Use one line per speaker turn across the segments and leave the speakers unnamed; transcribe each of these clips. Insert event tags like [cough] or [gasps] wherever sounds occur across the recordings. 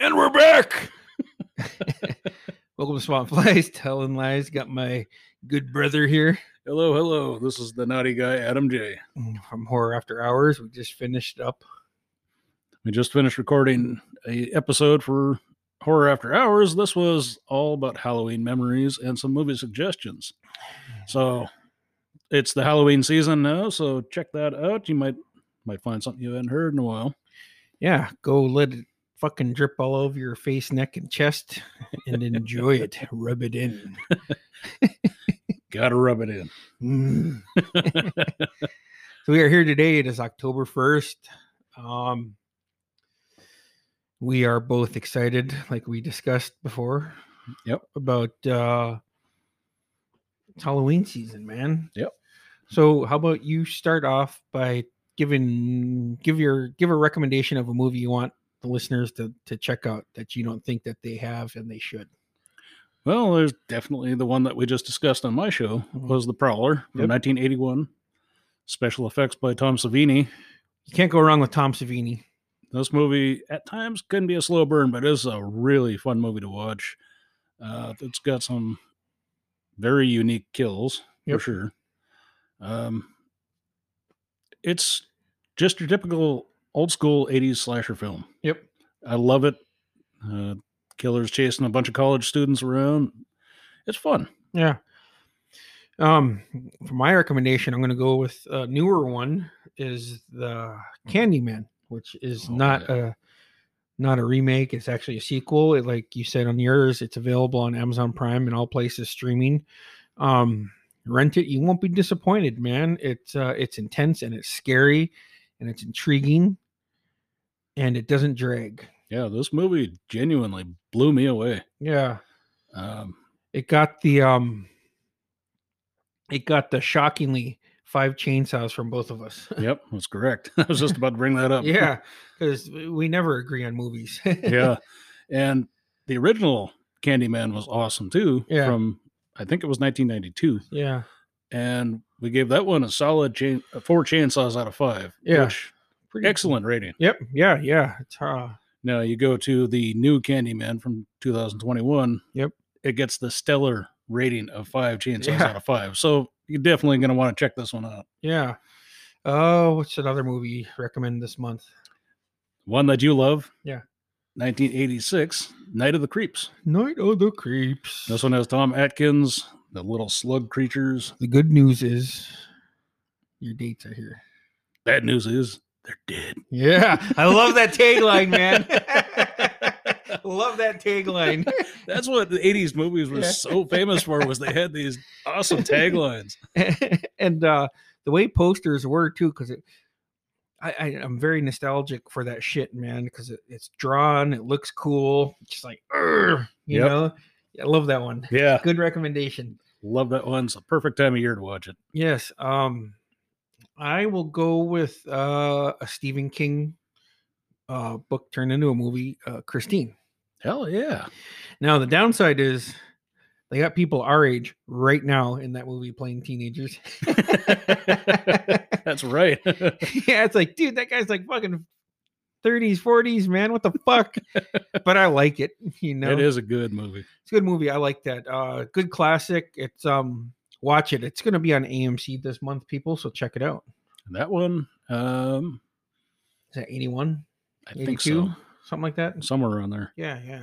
And we're back. Welcome to Swamp [laughs] Flies, Telling Lies. Got my good brother here
Hello, hello. This is the naughty guy, Adam J.
from Horror After Hours. We just finished up.
We just finished recording a episode for Horror After Hours. This was all about Halloween memories and some movie suggestions. So it's the Halloween season now, so check that out. You might might find something you haven't heard in a while.
Yeah, go let it fucking drip all over your face, neck, and chest [laughs] and enjoy it. Rub it in.
Gotta rub it in.
[laughs] Mm. so we are here today. It is October 1st. Um, we are both excited, like we discussed before.
Yep.
About uh, it's Halloween season, man.
Yep.
So how about you start off by giving give your give a recommendation of a movie you want the listeners to to check out that you don't think that they have and they should.
Well, there's definitely the one that we just discussed on my show
Mhm.
was The Prowler from
Yep.
1981. Special effects by Tom Savini.
You can't go wrong with Tom Savini.
this movie at times can be a slow burn, but it's a really fun movie to watch. Uh, it's got some very unique kills
Yep.
for sure. Um, it's just your typical old school 80s slasher film.
Yep.
I love it. Uh, killers chasing a bunch of college students around. It's fun.
Yeah. Um, for my recommendation, I'm going to go with a newer one is the Candyman, which is
Oh,
not a not a remake. It's actually a sequel. It, like you said on yours, it's available on Amazon Prime and all places streaming. Um, rent it. You won't be disappointed, man. It's uh, it's intense and it's scary and it's intriguing and it doesn't drag.
Yeah, this movie genuinely blew me away.
Yeah.
Um,
[laughs] It got the um it got the shockingly five chainsaws from both of us.
yep, that's correct. [laughs] I was just about to bring that up.
yeah, cuz we never agree on movies. [laughs]
yeah. And the original Candyman was awesome too.
Yeah.
From I think it was 1992,
yeah.
and we gave that one a solid chain, uh, four chainsaws out of five.
Yeah.
Which,
Pretty
excellent rating.
Yep. Yeah, yeah. It's uh
Now you go to the new Candyman from 2021.
Yep.
It gets the stellar rating of five chainsaws
Yeah.
out of five. So you're definitely going to want to check this one out.
yeah. Oh, what's another movie recommend this month?
One that you love.
Yeah.
1986, Night of the Creeps.
Night of the Creeps.
This one has Tom Atkins, the little slug creatures.
The good news is your dates are here.
Bad news is they're dead.
Yeah, I love that tagline, man. [laughs] love that tagline.
That's what the 80s movies were
Yeah.
so famous for was they had these awesome taglines.
[laughs] and uh the way posters were too because it I, I i'm very nostalgic for that shit man because it, it's drawn it looks cool it's just like "Urgh," you
Yep.
know i love that one
Yeah.
good recommendation
Love that one. It's the perfect time of year to watch it.
yes um i will go with uh a stephen king uh book turned into a movie uh christine
Hell yeah.
now the downside is they got people our age right now in that movie playing teenagers
That's right. [laughs]
[laughs] yeah, it's like, dude, that guy's like fucking 30s, 40s, man. What the
[laughs]
fuck? but I like it, you know.
It is a good movie.
It's a good movie. I like that. Uh good classic. It's um watch it. It's gonna be on AMC this month, people. So check it out.
And that one, um,
Is that 81?
I
82?
think so.
Something like that.
Somewhere on there.
Yeah, yeah.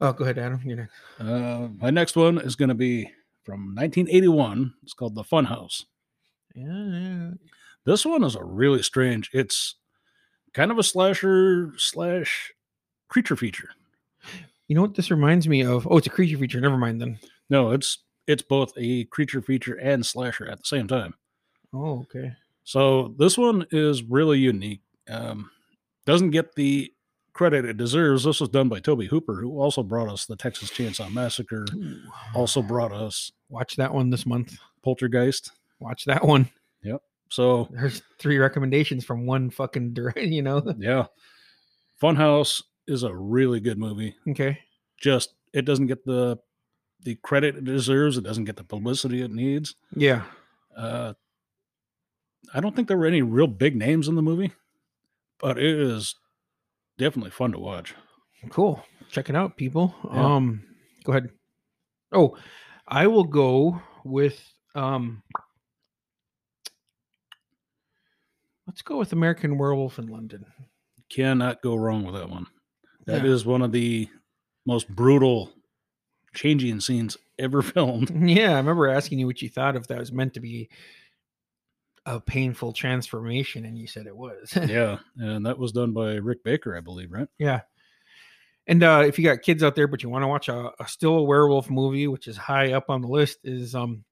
Oh, go ahead, Adam. You're next.
Uh, my next one is going to be from 1981. It's called The Fun House.
Yeah,
This one is a really strange. It's kind of a slasher slash creature feature.
You know what this reminds me of? Oh, it's a creature feature. Never mind then.
No, it's it's both a creature feature and slasher at the same time.
Oh, okay.
So this one is really unique. Um, doesn't get the credit it deserves, this was done by Toby Hooper, who also brought us the Texas Chainsaw Massacre, also brought us
Watch that one this month.
Poltergeist.
Watch that one.
So
There's three recommendations from one fucking, dir- [laughs] you know.
yeah, Funhouse is a really good movie.
Okay.
Just it doesn't get the the credit it deserves. It doesn't get the publicity it needs.
Yeah.
Uh, I don't think there were any real big names in the movie, but it is definitely fun to watch.
Cool. Check it out, people.
Yeah.
Um, go ahead. Oh, I will go with um. Let's go with American Werewolf in London. [laughs]
Cannot go wrong with that one. That is
yeah.
one of the most brutal changing scenes ever [laughs] filmed.
Yeah, I remember asking you what you thought if that was meant to be a painful transformation, and you said it was.
yeah, and that was done by Rick Baker, I believe, right?
Yeah. And uh, if you got kids out there, but you want to watch a, a still a werewolf movie, which is high up on the list, is um,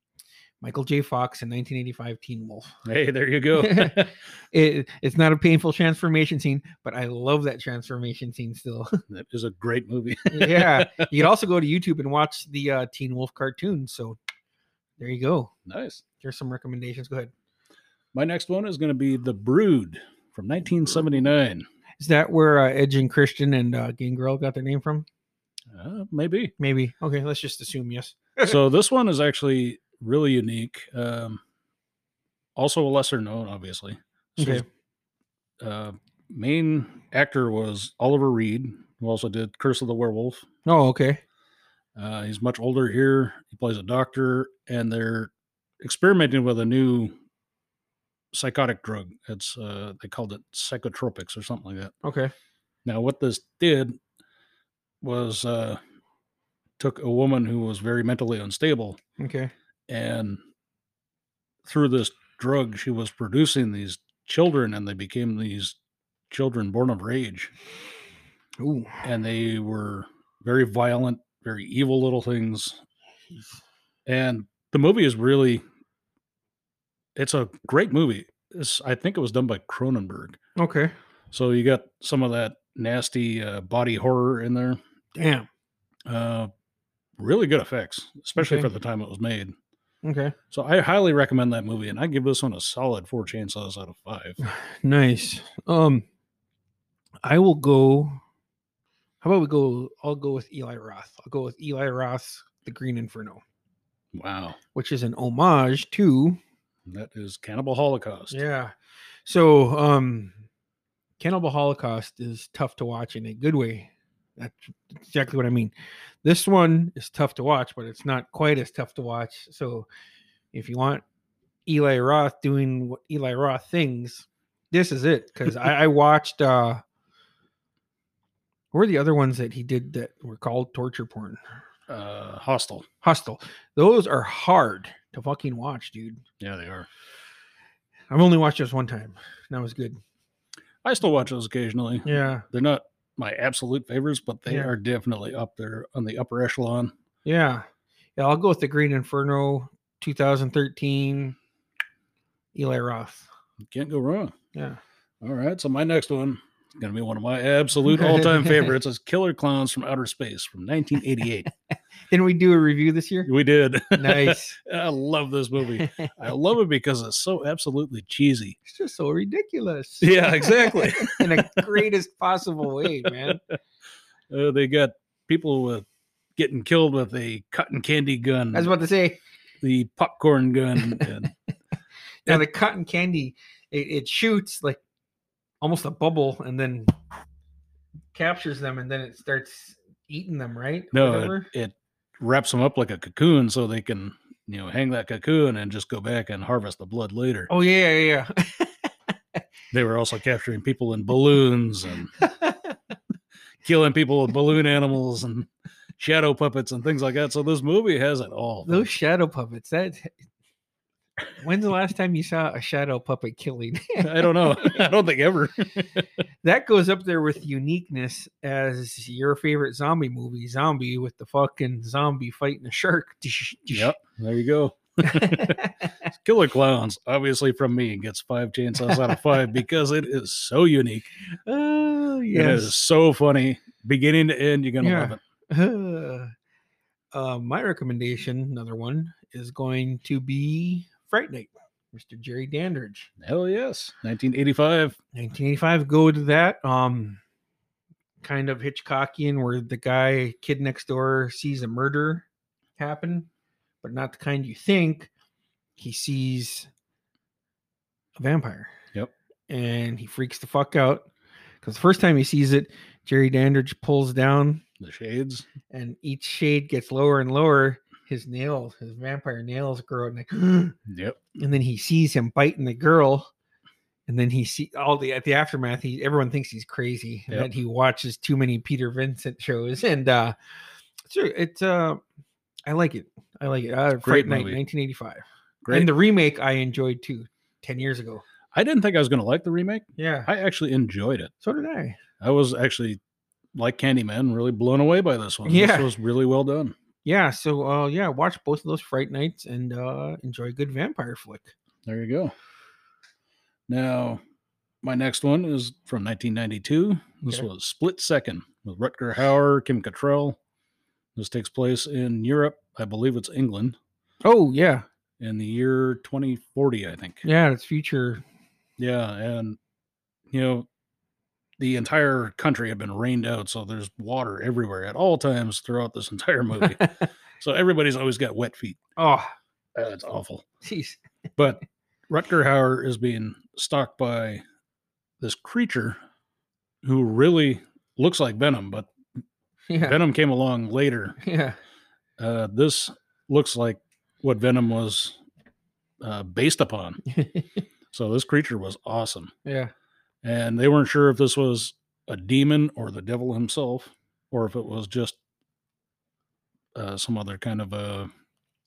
Michael J. Fox in 1985 Teen Wolf.
Hey, there you [laughs] go.
[laughs] It, it's not a painful transformation scene, but I love that transformation scene still. [laughs]
That is a great movie. [laughs]
yeah. You could also go to YouTube and watch the uh, Teen Wolf cartoon. So there you go.
nice.
Here's some recommendations. Go ahead.
My next one is going to be The Brood from 1979.
Is that where uh, Edge and Christian and uh, Gangrel got their name from?
Uh, maybe.
Maybe. Okay. Let's just assume yes.
so this one is actually really unique. Um, also a lesser known, obviously. This
Okay.
was, uh, main actor was Oliver Reed, who also did Curse of the Werewolf.
Oh, okay.
Uh, he's much older here. He plays a doctor, and they're experimenting with a new psychotic drug. It's uh, they called it psychotropics or something like that.
Okay.
Now, what this did was uh, took a woman who was very mentally unstable,
Okay.
and through this drug, she was producing these children, and they became these children born of rage,
Ooh.
and they were very violent, very evil little things. And the movie is really, it's a great movie. It's, I think it was done by Cronenberg.
Okay.
So you got some of that nasty uh, body horror in there.
Damn.
Uh, really good effects, especially
Okay.
for the time it was made.
Okay.
So I highly recommend that movie, and I give this one a solid four chainsaws out of
[laughs]
five.
Nice. Um, I will go. How about we go? I'll go with Eli Roth. I'll go with Eli Roth's The Green Inferno,
Wow,
which is an homage to.
that is Cannibal Holocaust.
Yeah. So, um, Cannibal Holocaust is tough to watch in a good way. That's exactly what I mean. This one is tough to watch, but it's not quite as tough to watch. So, if you want Eli Roth doing what Eli Roth things, this is it. Because I, I watched, uh, what were the other ones that he did that were called torture porn?
Uh, hostile.
Hostile. Those are hard to fucking watch, dude.
Yeah, they are.
I've only watched those one time. and That was good.
I still watch those occasionally.
Yeah.
They're not my absolute favorites, but they
Yeah.
are definitely up there on the upper echelon.
Yeah. Yeah, I'll go with the Green Inferno 2013 Eli Roth.
Can't go wrong.
Yeah.
All right, so my next one is going to be one of my absolute all-time favorites.
[laughs]
Is Killer Clowns from Outer Space from 1988.
Didn't we do a review this
[laughs]
year?
we did.
Nice.
I love this movie.
it's
I love it because it's so absolutely cheesy.
just so ridiculous.
Yeah, exactly.
[laughs] In the greatest possible way, man.
Uh, they got people with getting killed with a cotton candy gun,
I was about to say,
the popcorn gun, and
now the cotton candy, it, it shoots like almost a bubble and then captures them and then it starts eating them, right?
no, it,
Whatever.
it wraps them up like a cocoon so they can you know hang that cocoon and just go back and harvest the blood later.
Oh, yeah, yeah,
They were also capturing people in balloons and
yeah.
killing people with balloon animals and shadow puppets and things like that. So this movie has it all.
Those shadow puppets. That. When's the last time you saw a shadow puppet killing? [laughs]
I don't know. [laughs] I don't think ever.
that goes up there with uniqueness as your favorite zombie movie, Zombie, with the fucking zombie fighting a shark. [laughs]
Yep, [laughs] there you go. Killer Clowns, obviously from me, gets five chainsaws out of
[laughs]
five because it is so unique.
oh
It
yes.
is so funny. Beginning to end, you're gonna
Yeah.
love it.
uh, my recommendation, another one, is going to be Fright Night, Mr. Jerry Dandridge.
Hell yes. 1985.
1985 go to that um kind of hitchcockian where the guy kid next door sees a murder happen but not the kind you think he sees a vampire
Yep.
and he freaks the fuck out because the first time he sees it jerry dandridge pulls down
The shades.
and each shade gets lower and lower his nails his vampire nails grow [gasps] and like
Yep.
and then he sees him biting the girl and then he see all the at the aftermath he everyone thinks he's crazy and
Yep.
that he watches too many peter vincent shows and uh it's a- it's uh i like it i like it uh,
great
Fright night
movie.
1985
Great.
and the remake i enjoyed too 10 years ago
I didn't think I was gonna like the remake.
yeah
I actually enjoyed it.
so did i
I was actually like Candyman, really blown away by this one.
Yeah.
This was really well done.
yeah so uh yeah watch both of those fright nights and uh enjoy a good vampire flick
There you go. Now, my next one is from 1992. This
Okay.
was Split Second with Rutger Hauer, Kim Cattrall. This takes place in Europe. I believe it's England
oh yeah
in the year 2040, I think.
yeah it's future [laughs]
Yeah, and you know, the entire country had been rained out, so there's water everywhere at all times throughout this entire
[laughs]
movie. so everybody's always got wet feet.
oh
Uh, It's awful.
jeez
But Rutger Hauer is being stalked by this creature who really looks like Venom, but
yeah
Venom came along later.
[laughs] yeah [laughs]
Uh, this looks like what Venom was uh, based upon. So this creature was awesome.
yeah
and they weren't sure if this was a demon or the devil himself, or if it was just uh, some other kind of a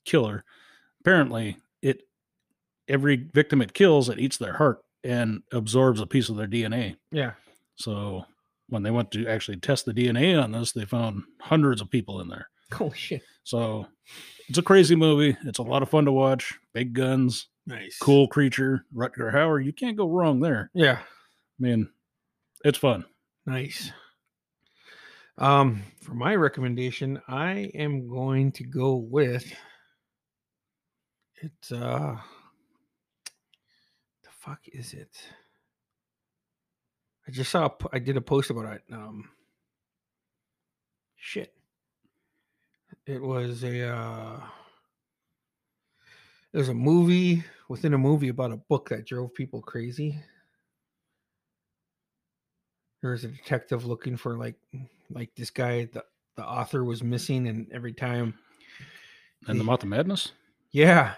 killer. Apparently, it every victim it kills, it eats their heart and absorbs a piece of their DNA.
yeah
So when they went to actually test the DNA on this, they found hundreds of people in there.
[laughs] Holy shit.
So it's a crazy movie. It's a lot of fun to watch. Big guns,
Nice.
cool creature, Rutger Hauer. You can't go wrong there.
Yeah.
I mean, it's fun.
Nice. Um, for my recommendation, I am going to go with it's uh the fuck is it? I just saw a p- I did a post about it. Um shit. It was a uh it was a movie within a movie about a book that drove people crazy. there was a detective looking for like mm, like this guy the the author was missing and every time
And the Mouth of Madness?
yeah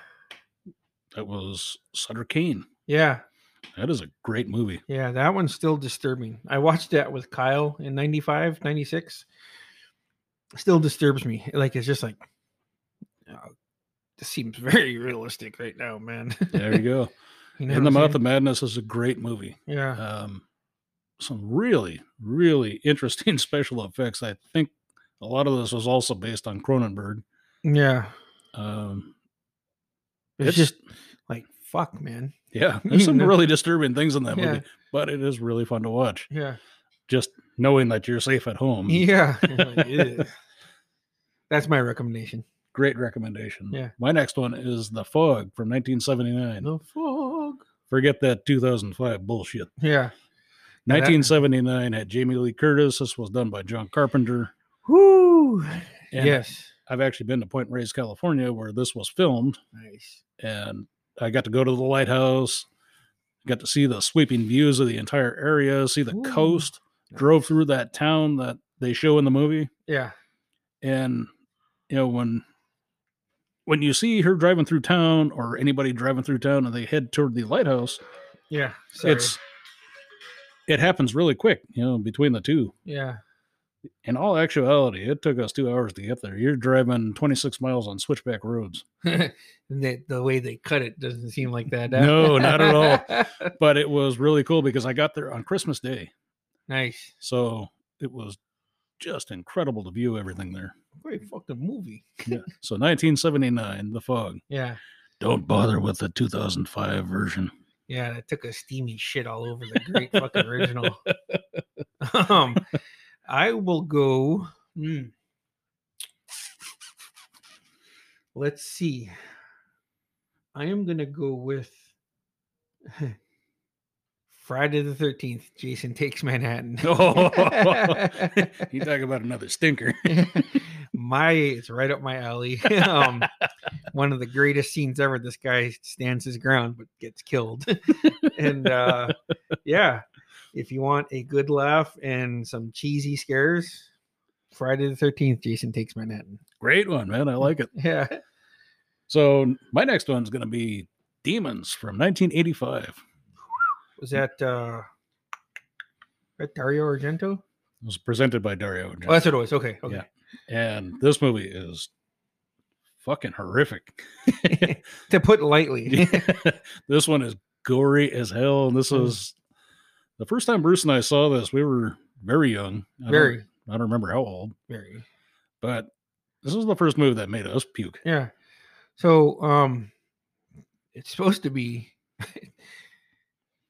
That was Sutter Kane.
yeah
That is a great movie.
yeah that one's still disturbing i watched that with kyle in 95 96 still disturbs me like it's just like oh, this seems [laughs] very realistic right now man
There you go.
[laughs] You know
In the
what I'm
Mouth
saying?
of Madness is a great movie.
yeah
Um, some really, really [laughs] interesting special effects. I think a lot of this was also based on Cronenberg.
yeah
Um,
it's,
it's-
just like fuck man
yeah, [laughs] there's
[laughs]
some
No.
really disturbing things in that
Yeah.
movie, but it is really fun to watch.
yeah
Just knowing that you're safe at home.
[laughs] yeah You're
[laughs]
like, "Ugh." that's my recommendation
Great recommendation.
Yeah.
My next one is The Fog from 1979.
the fog
Forget that 2005 bullshit.
yeah Now that-
1979 had Jamie Lee Curtis. This was done by John Carpenter.
Whoo!
And
yes.
I've actually been to Point Reyes, California, where this was filmed,
Nice.
and I got to go to the lighthouse, got to see the sweeping views of the entire area, see the
Ooh,
coast, drove through that town that they show in the movie,
Yeah.
and you know when when you see her driving through town or anybody driving through town and they head toward the lighthouse,
Yeah. Sorry.
it's it happens really quick, you know, between the two.
yeah.
In all actuality, it took us two hours to get there. You're driving 26 miles on switchback roads,
And the, the way they cut it doesn't seem like that. uh.
No, not at all. but it was really cool because I got there on Christmas Day.
[laughs] nice.
So it was just incredible to view everything there.
Great fucking movie.
Yeah. so 1979, The Fog.
Yeah.
Don't bother with the 2005 version. [laughs]
Yeah, that took a steamy shit all over the great fucking original. [laughs] Um, I will go. hmm. Let's see. I am gonna go with [laughs] Friday the Thirteenth. Jason takes Manhattan.
[laughs] Oh,
[laughs]
you talk about another stinker. [laughs]
my it's right up my alley. [laughs] um, one of the greatest scenes ever. This guy stands his ground but
[laughs]
gets killed. and uh, yeah, if you want a good laugh and some cheesy scares, Friday the Thirteenth. Jason takes Manhattan.
Great one, man. I like it.
Yeah.
So my next one's going to be Demons from 1985. Hmm.
Was that uh that Dario Argento?
It was presented by Dario.
Oh, that's what it was. Okay. Okay.
Yeah. and this movie is fucking horrific.
To put lightly.
[laughs] this one is gory as hell. And this
Mm.
is the first time Bruce and I saw this. We were very young. I don't- [laughs]
[laughs] very,
I don't remember how old,
very.
but this was the first movie that made us puke.
Yeah. So um it's supposed to be [laughs]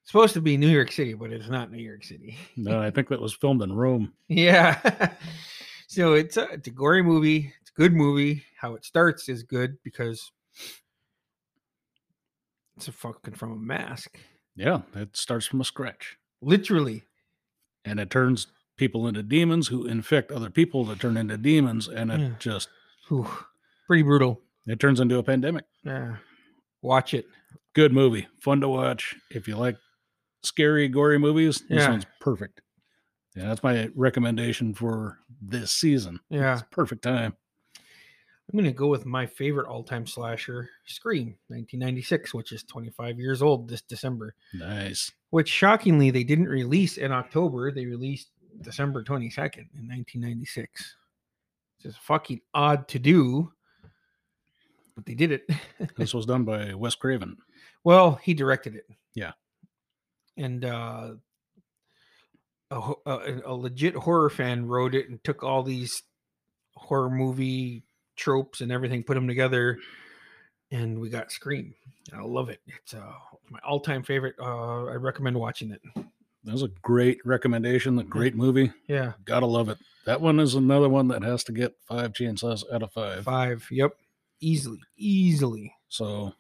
supposed to be New York City, but it's not New York City. [laughs]
No, Uh, I think that was filmed in Rome.
Yeah. [laughs] so it's a, it's a gory movie. It's a good movie. How it starts is good because it's a fucking from a mask.
Yeah, it starts from a scratch
Literally.
and it turns people into demons who infect other people that turn into demons. And it
Yeah.
just,
Whew. pretty brutal.
it turns into a pandemic.
Yeah. Watch it.
Good movie. Fun to watch. If you like scary, gory movies, this
Yeah.
one's perfect. Yeah, that's my recommendation for this season.
Yeah.
It's perfect time.
I'm going to go with my favorite all time slasher, Scream, 1996, which is 25 years old this December, [laughs]
Nice.
which shockingly they didn't release in October. They released December 22nd in 1996. It's just fucking odd to do, but they did it. [laughs]
this was done by Wes Craven.
well, he directed it.
Yeah.
And, uh, a, ho- a, a legit horror fan wrote it and took all these horror movie tropes and everything, put them together, and we got Scream. I love it. It's uh, my all-time favorite. Uh, I recommend watching it.
That was a great recommendation. A great movie.
Yeah,
Gotta love it. That one is another one that has to get five chainsaws out of five.
five. Yep, easily, easily.
So,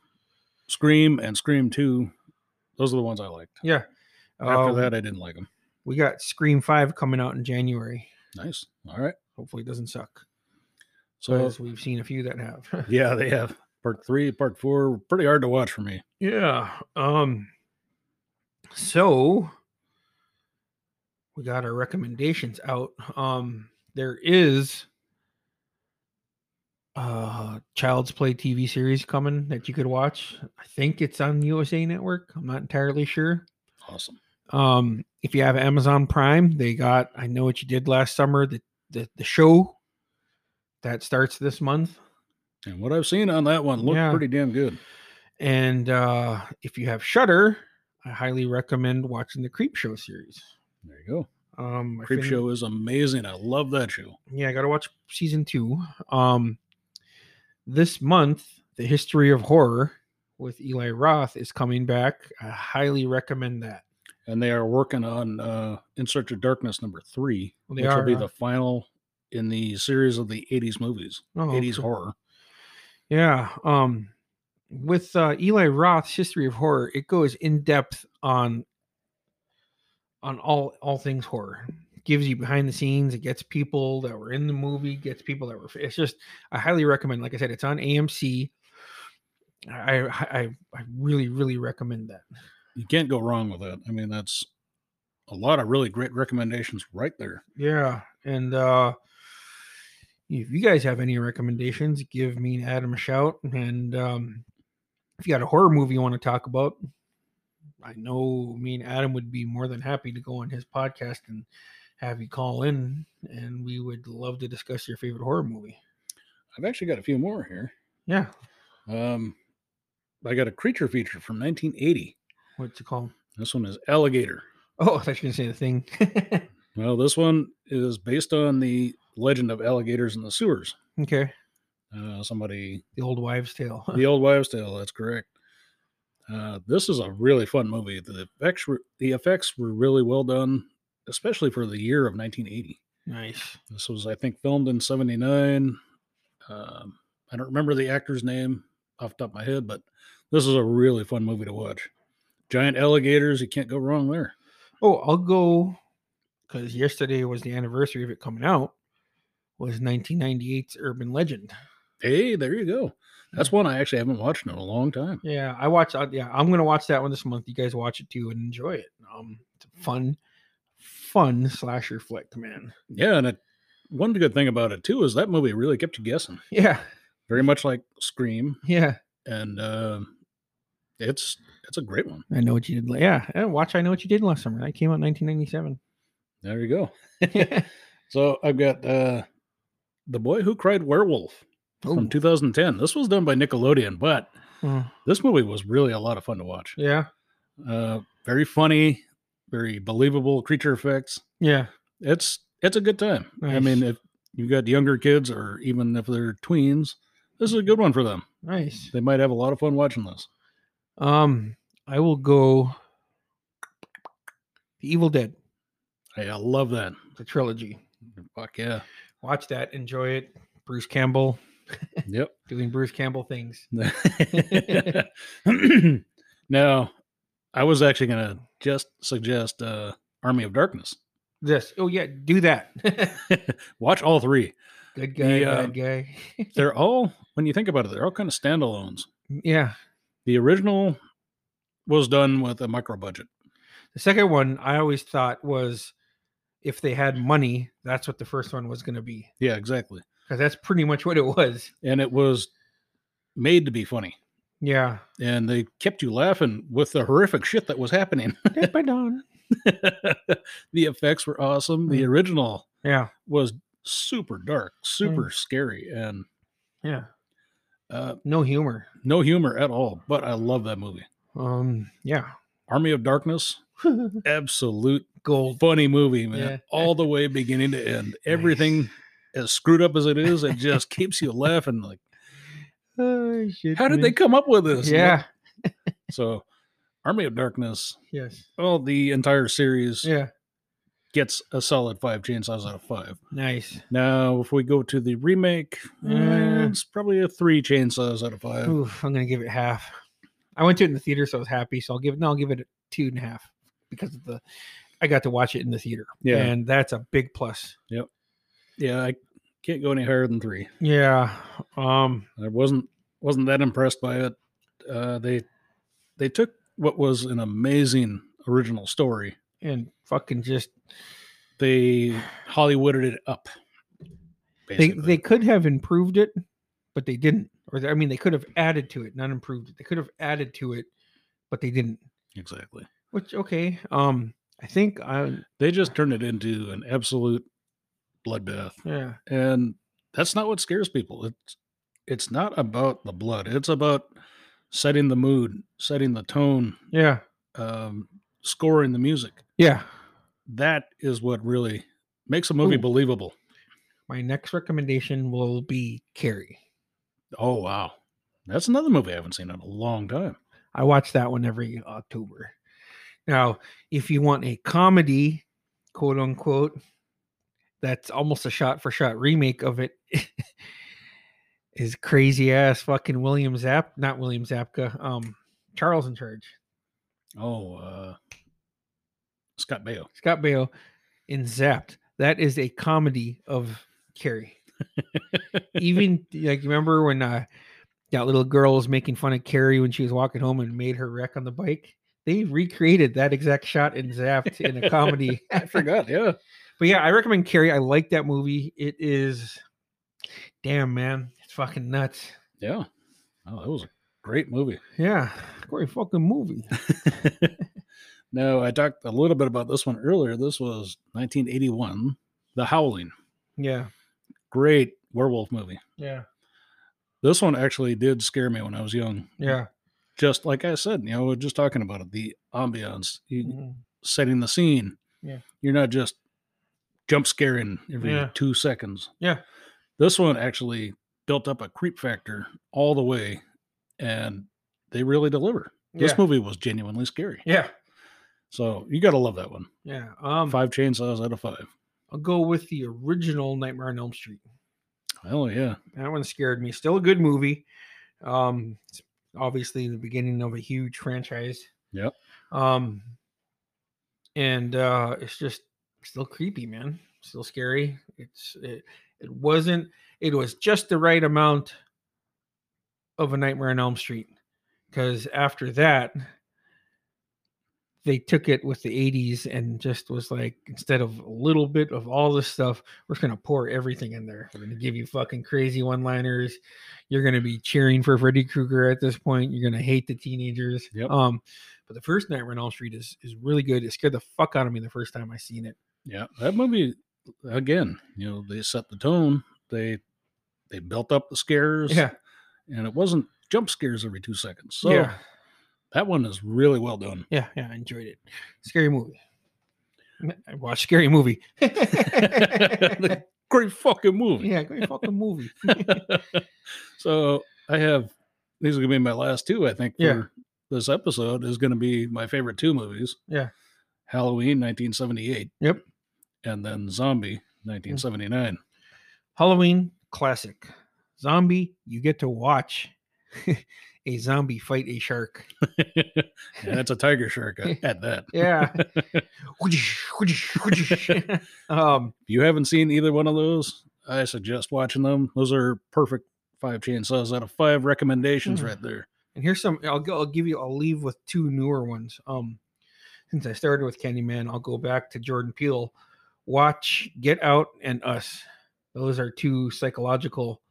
Scream and Scream Two, those are the ones I liked.
Yeah.
After
Um,
that, I didn't like them.
we got Scream Five coming out in January.
Nice. All right.
Hopefully, it doesn't suck.
So,
because we've seen a few that have.
[laughs] yeah, they have part three, part four. were Pretty hard to watch for me.
Yeah. Um so we got our recommendations out. Um there is uh Child's Play TV series coming that you could watch. I think it's on USA Network. I'm not entirely sure.
Awesome.
Um if you have Amazon Prime, they got I know what you did last summer, the the, the show that starts this month.
And what I've seen on that one looked
Yeah.
pretty damn good.
And uh, if you have Shutter, I highly recommend watching the Creep Show series.
There you go.
Um, I
Creep
fin-
Show is amazing. I love that show.
Yeah, I got to watch season two. Um, this month, the history of horror with Eli Roth is coming back. I highly recommend that.
And they are working on uh, In Search of Darkness number three,
Well, they
which will
are,
be
huh?
the final in the series of the 80s movies,
Oh,
80s
okay.
horror.
Yeah. Um, with uh, Eli Roth's History of Horror, it goes in depth on on all all things horror. Gives you behind the scenes. It gets people that were in the movie. Gets people that were. It's just I highly recommend. Like I said, it's on AMC. I I I- I really really recommend that.
You can't go wrong with that. I mean, that's a lot of really great recommendations right there.
Yeah, and uh if you guys have any recommendations, give me and Adam a shout. And um if you got a horror movie you want to talk about, I know me and Adam would be more than happy to go on his podcast and have you call in, and we would love to discuss your favorite horror movie.
I've actually got a few more here.
Yeah,
Um, I got a creature feature from 1980.
what's it called?
This one is Alligator.
Oh, I thought you were gonna say the thing. [laughs]
Well, this one is based on the legend of alligators in the sewers.
okay.
Uh, somebody,
The Old Wives' Tale.
The Old Wives' Tale. That's correct. Uh, this is a really fun movie. The effects were the effects were really well done, especially for the year of 1980.
[laughs] nice.
This was, I think, filmed in '79. Um, I don't remember the actor's name off the top of my head, but this is a really fun movie to watch. Giant alligators, you can't go wrong there.
Oh, I'll go because yesterday was the anniversary of it coming out. Was 1998's Urban Legend.
Hey, there you go. That's one I actually haven't watched in a long time.
Yeah, I watched. uh, Yeah, I'm gonna watch that one this month. You guys watch it too and enjoy it. Um, it's a fun, fun slasher flick, man. [laughs]
Yeah, and it, one good thing about it too is that movie really kept you guessing,
Yeah,
very much like Scream,
yeah.
and uh, it's it's a great one.
I know what you did. la- Yeah, and watch. I know what you did last summer. That came out in [laughs] 1997.
There you go. So I've got uh, the boy who cried werewolf
Ooh.
from 2010. This was done by Nickelodeon, but
Mm,
this movie was really a lot of fun to watch.
yeah,
Uh, very funny, very believable creature effects.
yeah.
it's it's a good time. I
Nice.
mean, if you've got younger kids or even if they're tweens, this is a good one for them.
Nice.
They might have a lot of fun watching this.
Um, I will go. The Evil Dead,
Hey, I love that.
the trilogy.
Fuck yeah.
Watch that. Enjoy it. Bruce Campbell
yep.
doing Bruce Campbell things.
[laughs] now, I was actually gonna just suggest uh Army of Darkness. [laughs]
This. Oh yeah, do [laughs] that.
Watch all three.
Good guy,
The, um,
bad guy. [laughs]
They're all when you think about it, they're all kind of standalones.
yeah.
The original was done with a micro budget.
The second one I always thought was if they had money, that's what the first one was going to be
Yeah, exactly.
because that's pretty much what it was.
And it was made to be funny.
Yeah.
and they kept you laughing with the horrific shit that was happening. [laughs]
Death by dawn.
the effects were awesome. The
Mm.
original
[laughs] Yeah.
was super dark, super scary, and
Yeah.
uh,
No humor.
no humor at all. But I love that movie.
Um. [laughs] Yeah.
Army of Darkness, absolute
Gold.
funny movie, man.
Hmm. Yeah.
All the way beginning to
[laughs]
end. Everything as screwed up as it is, it just keeps you laughing. Like,
Oh, shit,
how did
man.
they come up with this?
Yeah.
So, Army of Darkness,
Yes.
well, the entire series
Yeah.
gets a solid five chainsaws out of five.
Nice.
Now, if we go to the remake, uh,
Yeah.
it's probably a three chainsaws out of five.
Oof, I'm gonna give it half. I went to it in the theater, so I was happy. So I'll give it. No, I'll give it a two and a half because of the. I got to watch it in the theater.
Yeah.
And that's a big plus.
Yeah, I can't go any higher than three.
Yeah. Um.
I wasn't wasn't that impressed by it. Uh, they they took what was an amazing original story.
And fucking just
They Hollywooded it up.
they
basically.
they could have improved it, but they didn't. Or they, I mean, they could have added to it, not improved it. They could have added to it, but they didn't.
exactly.
Which okay. Um. I think I.
They just turned it into an absolute bloodbath,
Yeah.
and that's not what scares people. It's it's not about the blood. It's about setting the mood, setting the tone,
Yeah.
um, scoring the music.
Yeah.
That is what really makes a movie
Ooh.
believable.
My next recommendation will be Carrie.
Oh wow, that's another movie I haven't seen in a long time.
I watch that one every October. Now, if you want a comedy, quote unquote, that's almost a shot for shot remake of it, [laughs] is crazy ass fucking William Zap, not William Zapka, um, Charles in charge,
Oh, uh, Scott Baio.
Scott Baio in Zapped. That is a comedy of Carrie. [laughs] Even like remember when uh, that little girl was making fun of Carrie when she was walking home and made her wreck on the bike. They recreated that exact shot in Zapped in a [laughs] comedy.
[laughs] I forgot. Yeah,
but yeah, I recommend Carrie. I like that movie. It is, damn man, it's fucking nuts.
yeah. Oh, that was a great [laughs] movie.
Yeah, great fucking movie.
no, I talked a little bit about this one earlier. This was 1981, The Howling.
Yeah,
Great werewolf movie.
yeah,
This one actually did scare me when I was young.
yeah.
Just like I said, you know, we we're just talking about it. The ambiance. You,
Mhm.
setting the scene.
Yeah.
You're not just jump scaring every
Yeah.
two seconds.
Yeah.
This one actually built up a creep factor all the way, and they really deliver. This
Yeah.
movie was genuinely scary.
Yeah.
So you got to love that one.
Yeah. Um,
Five chainsaws out of five.
I'll go with the original Nightmare on Elm Street.
Hell yeah.
That one scared me. Still a good movie. Um, it's obviously the beginning of a huge franchise.
Yep.
Um, and uh, it's just still creepy, man. Still scary. It's it, it wasn't. It was just the right amount of a Nightmare on Elm Street, because after that, they took it with the '80s and just was like, instead of a little bit of all this stuff, we're just gonna pour everything in there. We're gonna give you fucking crazy one-liners. You're gonna be cheering for Freddy Krueger at this point. You're gonna hate the teenagers.
Yep.
Um, but the first Nightmare on Elm Street is is really good. It scared the fuck out of me the first time I seen it.
Yeah, that movie again. You know, they set the tone. They they built up the scares. and it wasn't jump scares every two seconds. So
yeah,
that one is really well done.
yeah, yeah. I enjoyed it. Scary movie. I watched scary movie. [laughs] yeah,
Great fucking movie.
great fucking movie.
so I have these are gonna be my last two. I think. For
Yeah.
This episode is gonna be my favorite two movies.
Yeah.
Halloween, nineteen seventy eight.
Yep. Mm.
And then Zombie, nineteen seventy nine.
[laughs] Halloween classic. Zombie, you get to watch [laughs] a zombie fight a shark.
[laughs] and that's a tiger shark
[laughs]
at at that. [laughs]
Yeah.
if
um,
you haven't seen either one of those, I suggest watching them. Those are perfect five chainsaws out of five recommendations
Mm.
right there.
And here's some. I'll go. I'll give you. I'll leave with two newer ones. Um, since I started with Candyman, I'll go back to Jordan Peele. Watch Get Out and Us. Those are two psychological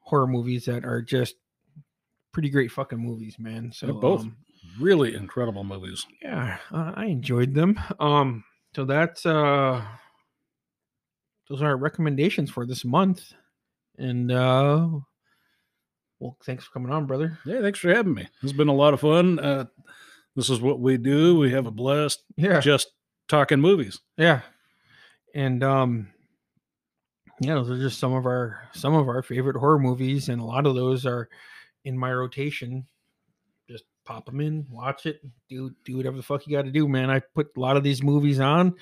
horror movies that are just pretty great fucking movies, man. So
They're both
um,
really incredible movies.
yeah, uh, I enjoyed them. Um, so that's uh, those are our recommendations for this month. And uh, well, thanks for coming on, brother. [laughs]
Yeah, thanks for having me. It's been a lot of fun. Uh, this is what we do. We have a blast
Yeah.
just talking movies.
Yeah. And um yeah, those are just some of our some of our favorite horror movies and a lot of those are in my rotation. Just pop them in, watch it, do do whatever the fuck you got to do, man. I put a lot of these movies on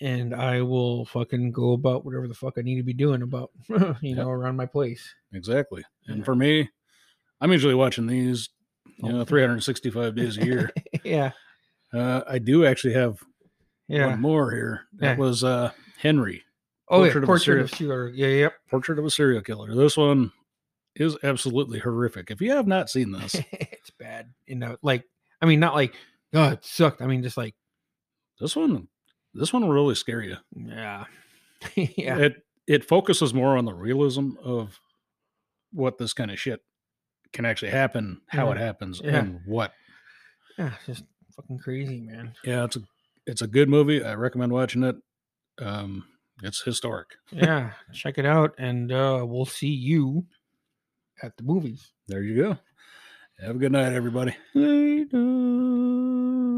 and I will fucking go about whatever the fuck I need to be doing about, [laughs] you
Yep.
know, around my place.
[laughs] Exactly. And
Yeah.
for me, I'm usually watching these, you know,
Oh.
365 days a
[laughs]
year.
yeah.
Uh, I do actually have
Yeah.
one more here. That
Yeah.
was uh, Henry,
oh, yeah.
Portrait of a
Portrait
Serial-
of Serial. Yeah, yep.
Portrait of a Serial Killer. This one is absolutely horrific. If you have not seen this,
[laughs] it's bad. You know, like I mean not like oh, it sucked. I mean just like
this one, this one will really scare you.
yeah. [laughs] yeah.
it it focuses more on the realism of what this kind of shit can actually happen, how it
Yeah.
happens,
Yeah.
and what.
Yeah, it's just fucking crazy, man.
Yeah, it's a it's a good movie. I recommend watching it. Um, it's historic.
Yeah, check it out, and uh, we'll see you at the movies.
There you go. Have a good night, everybody.
Later.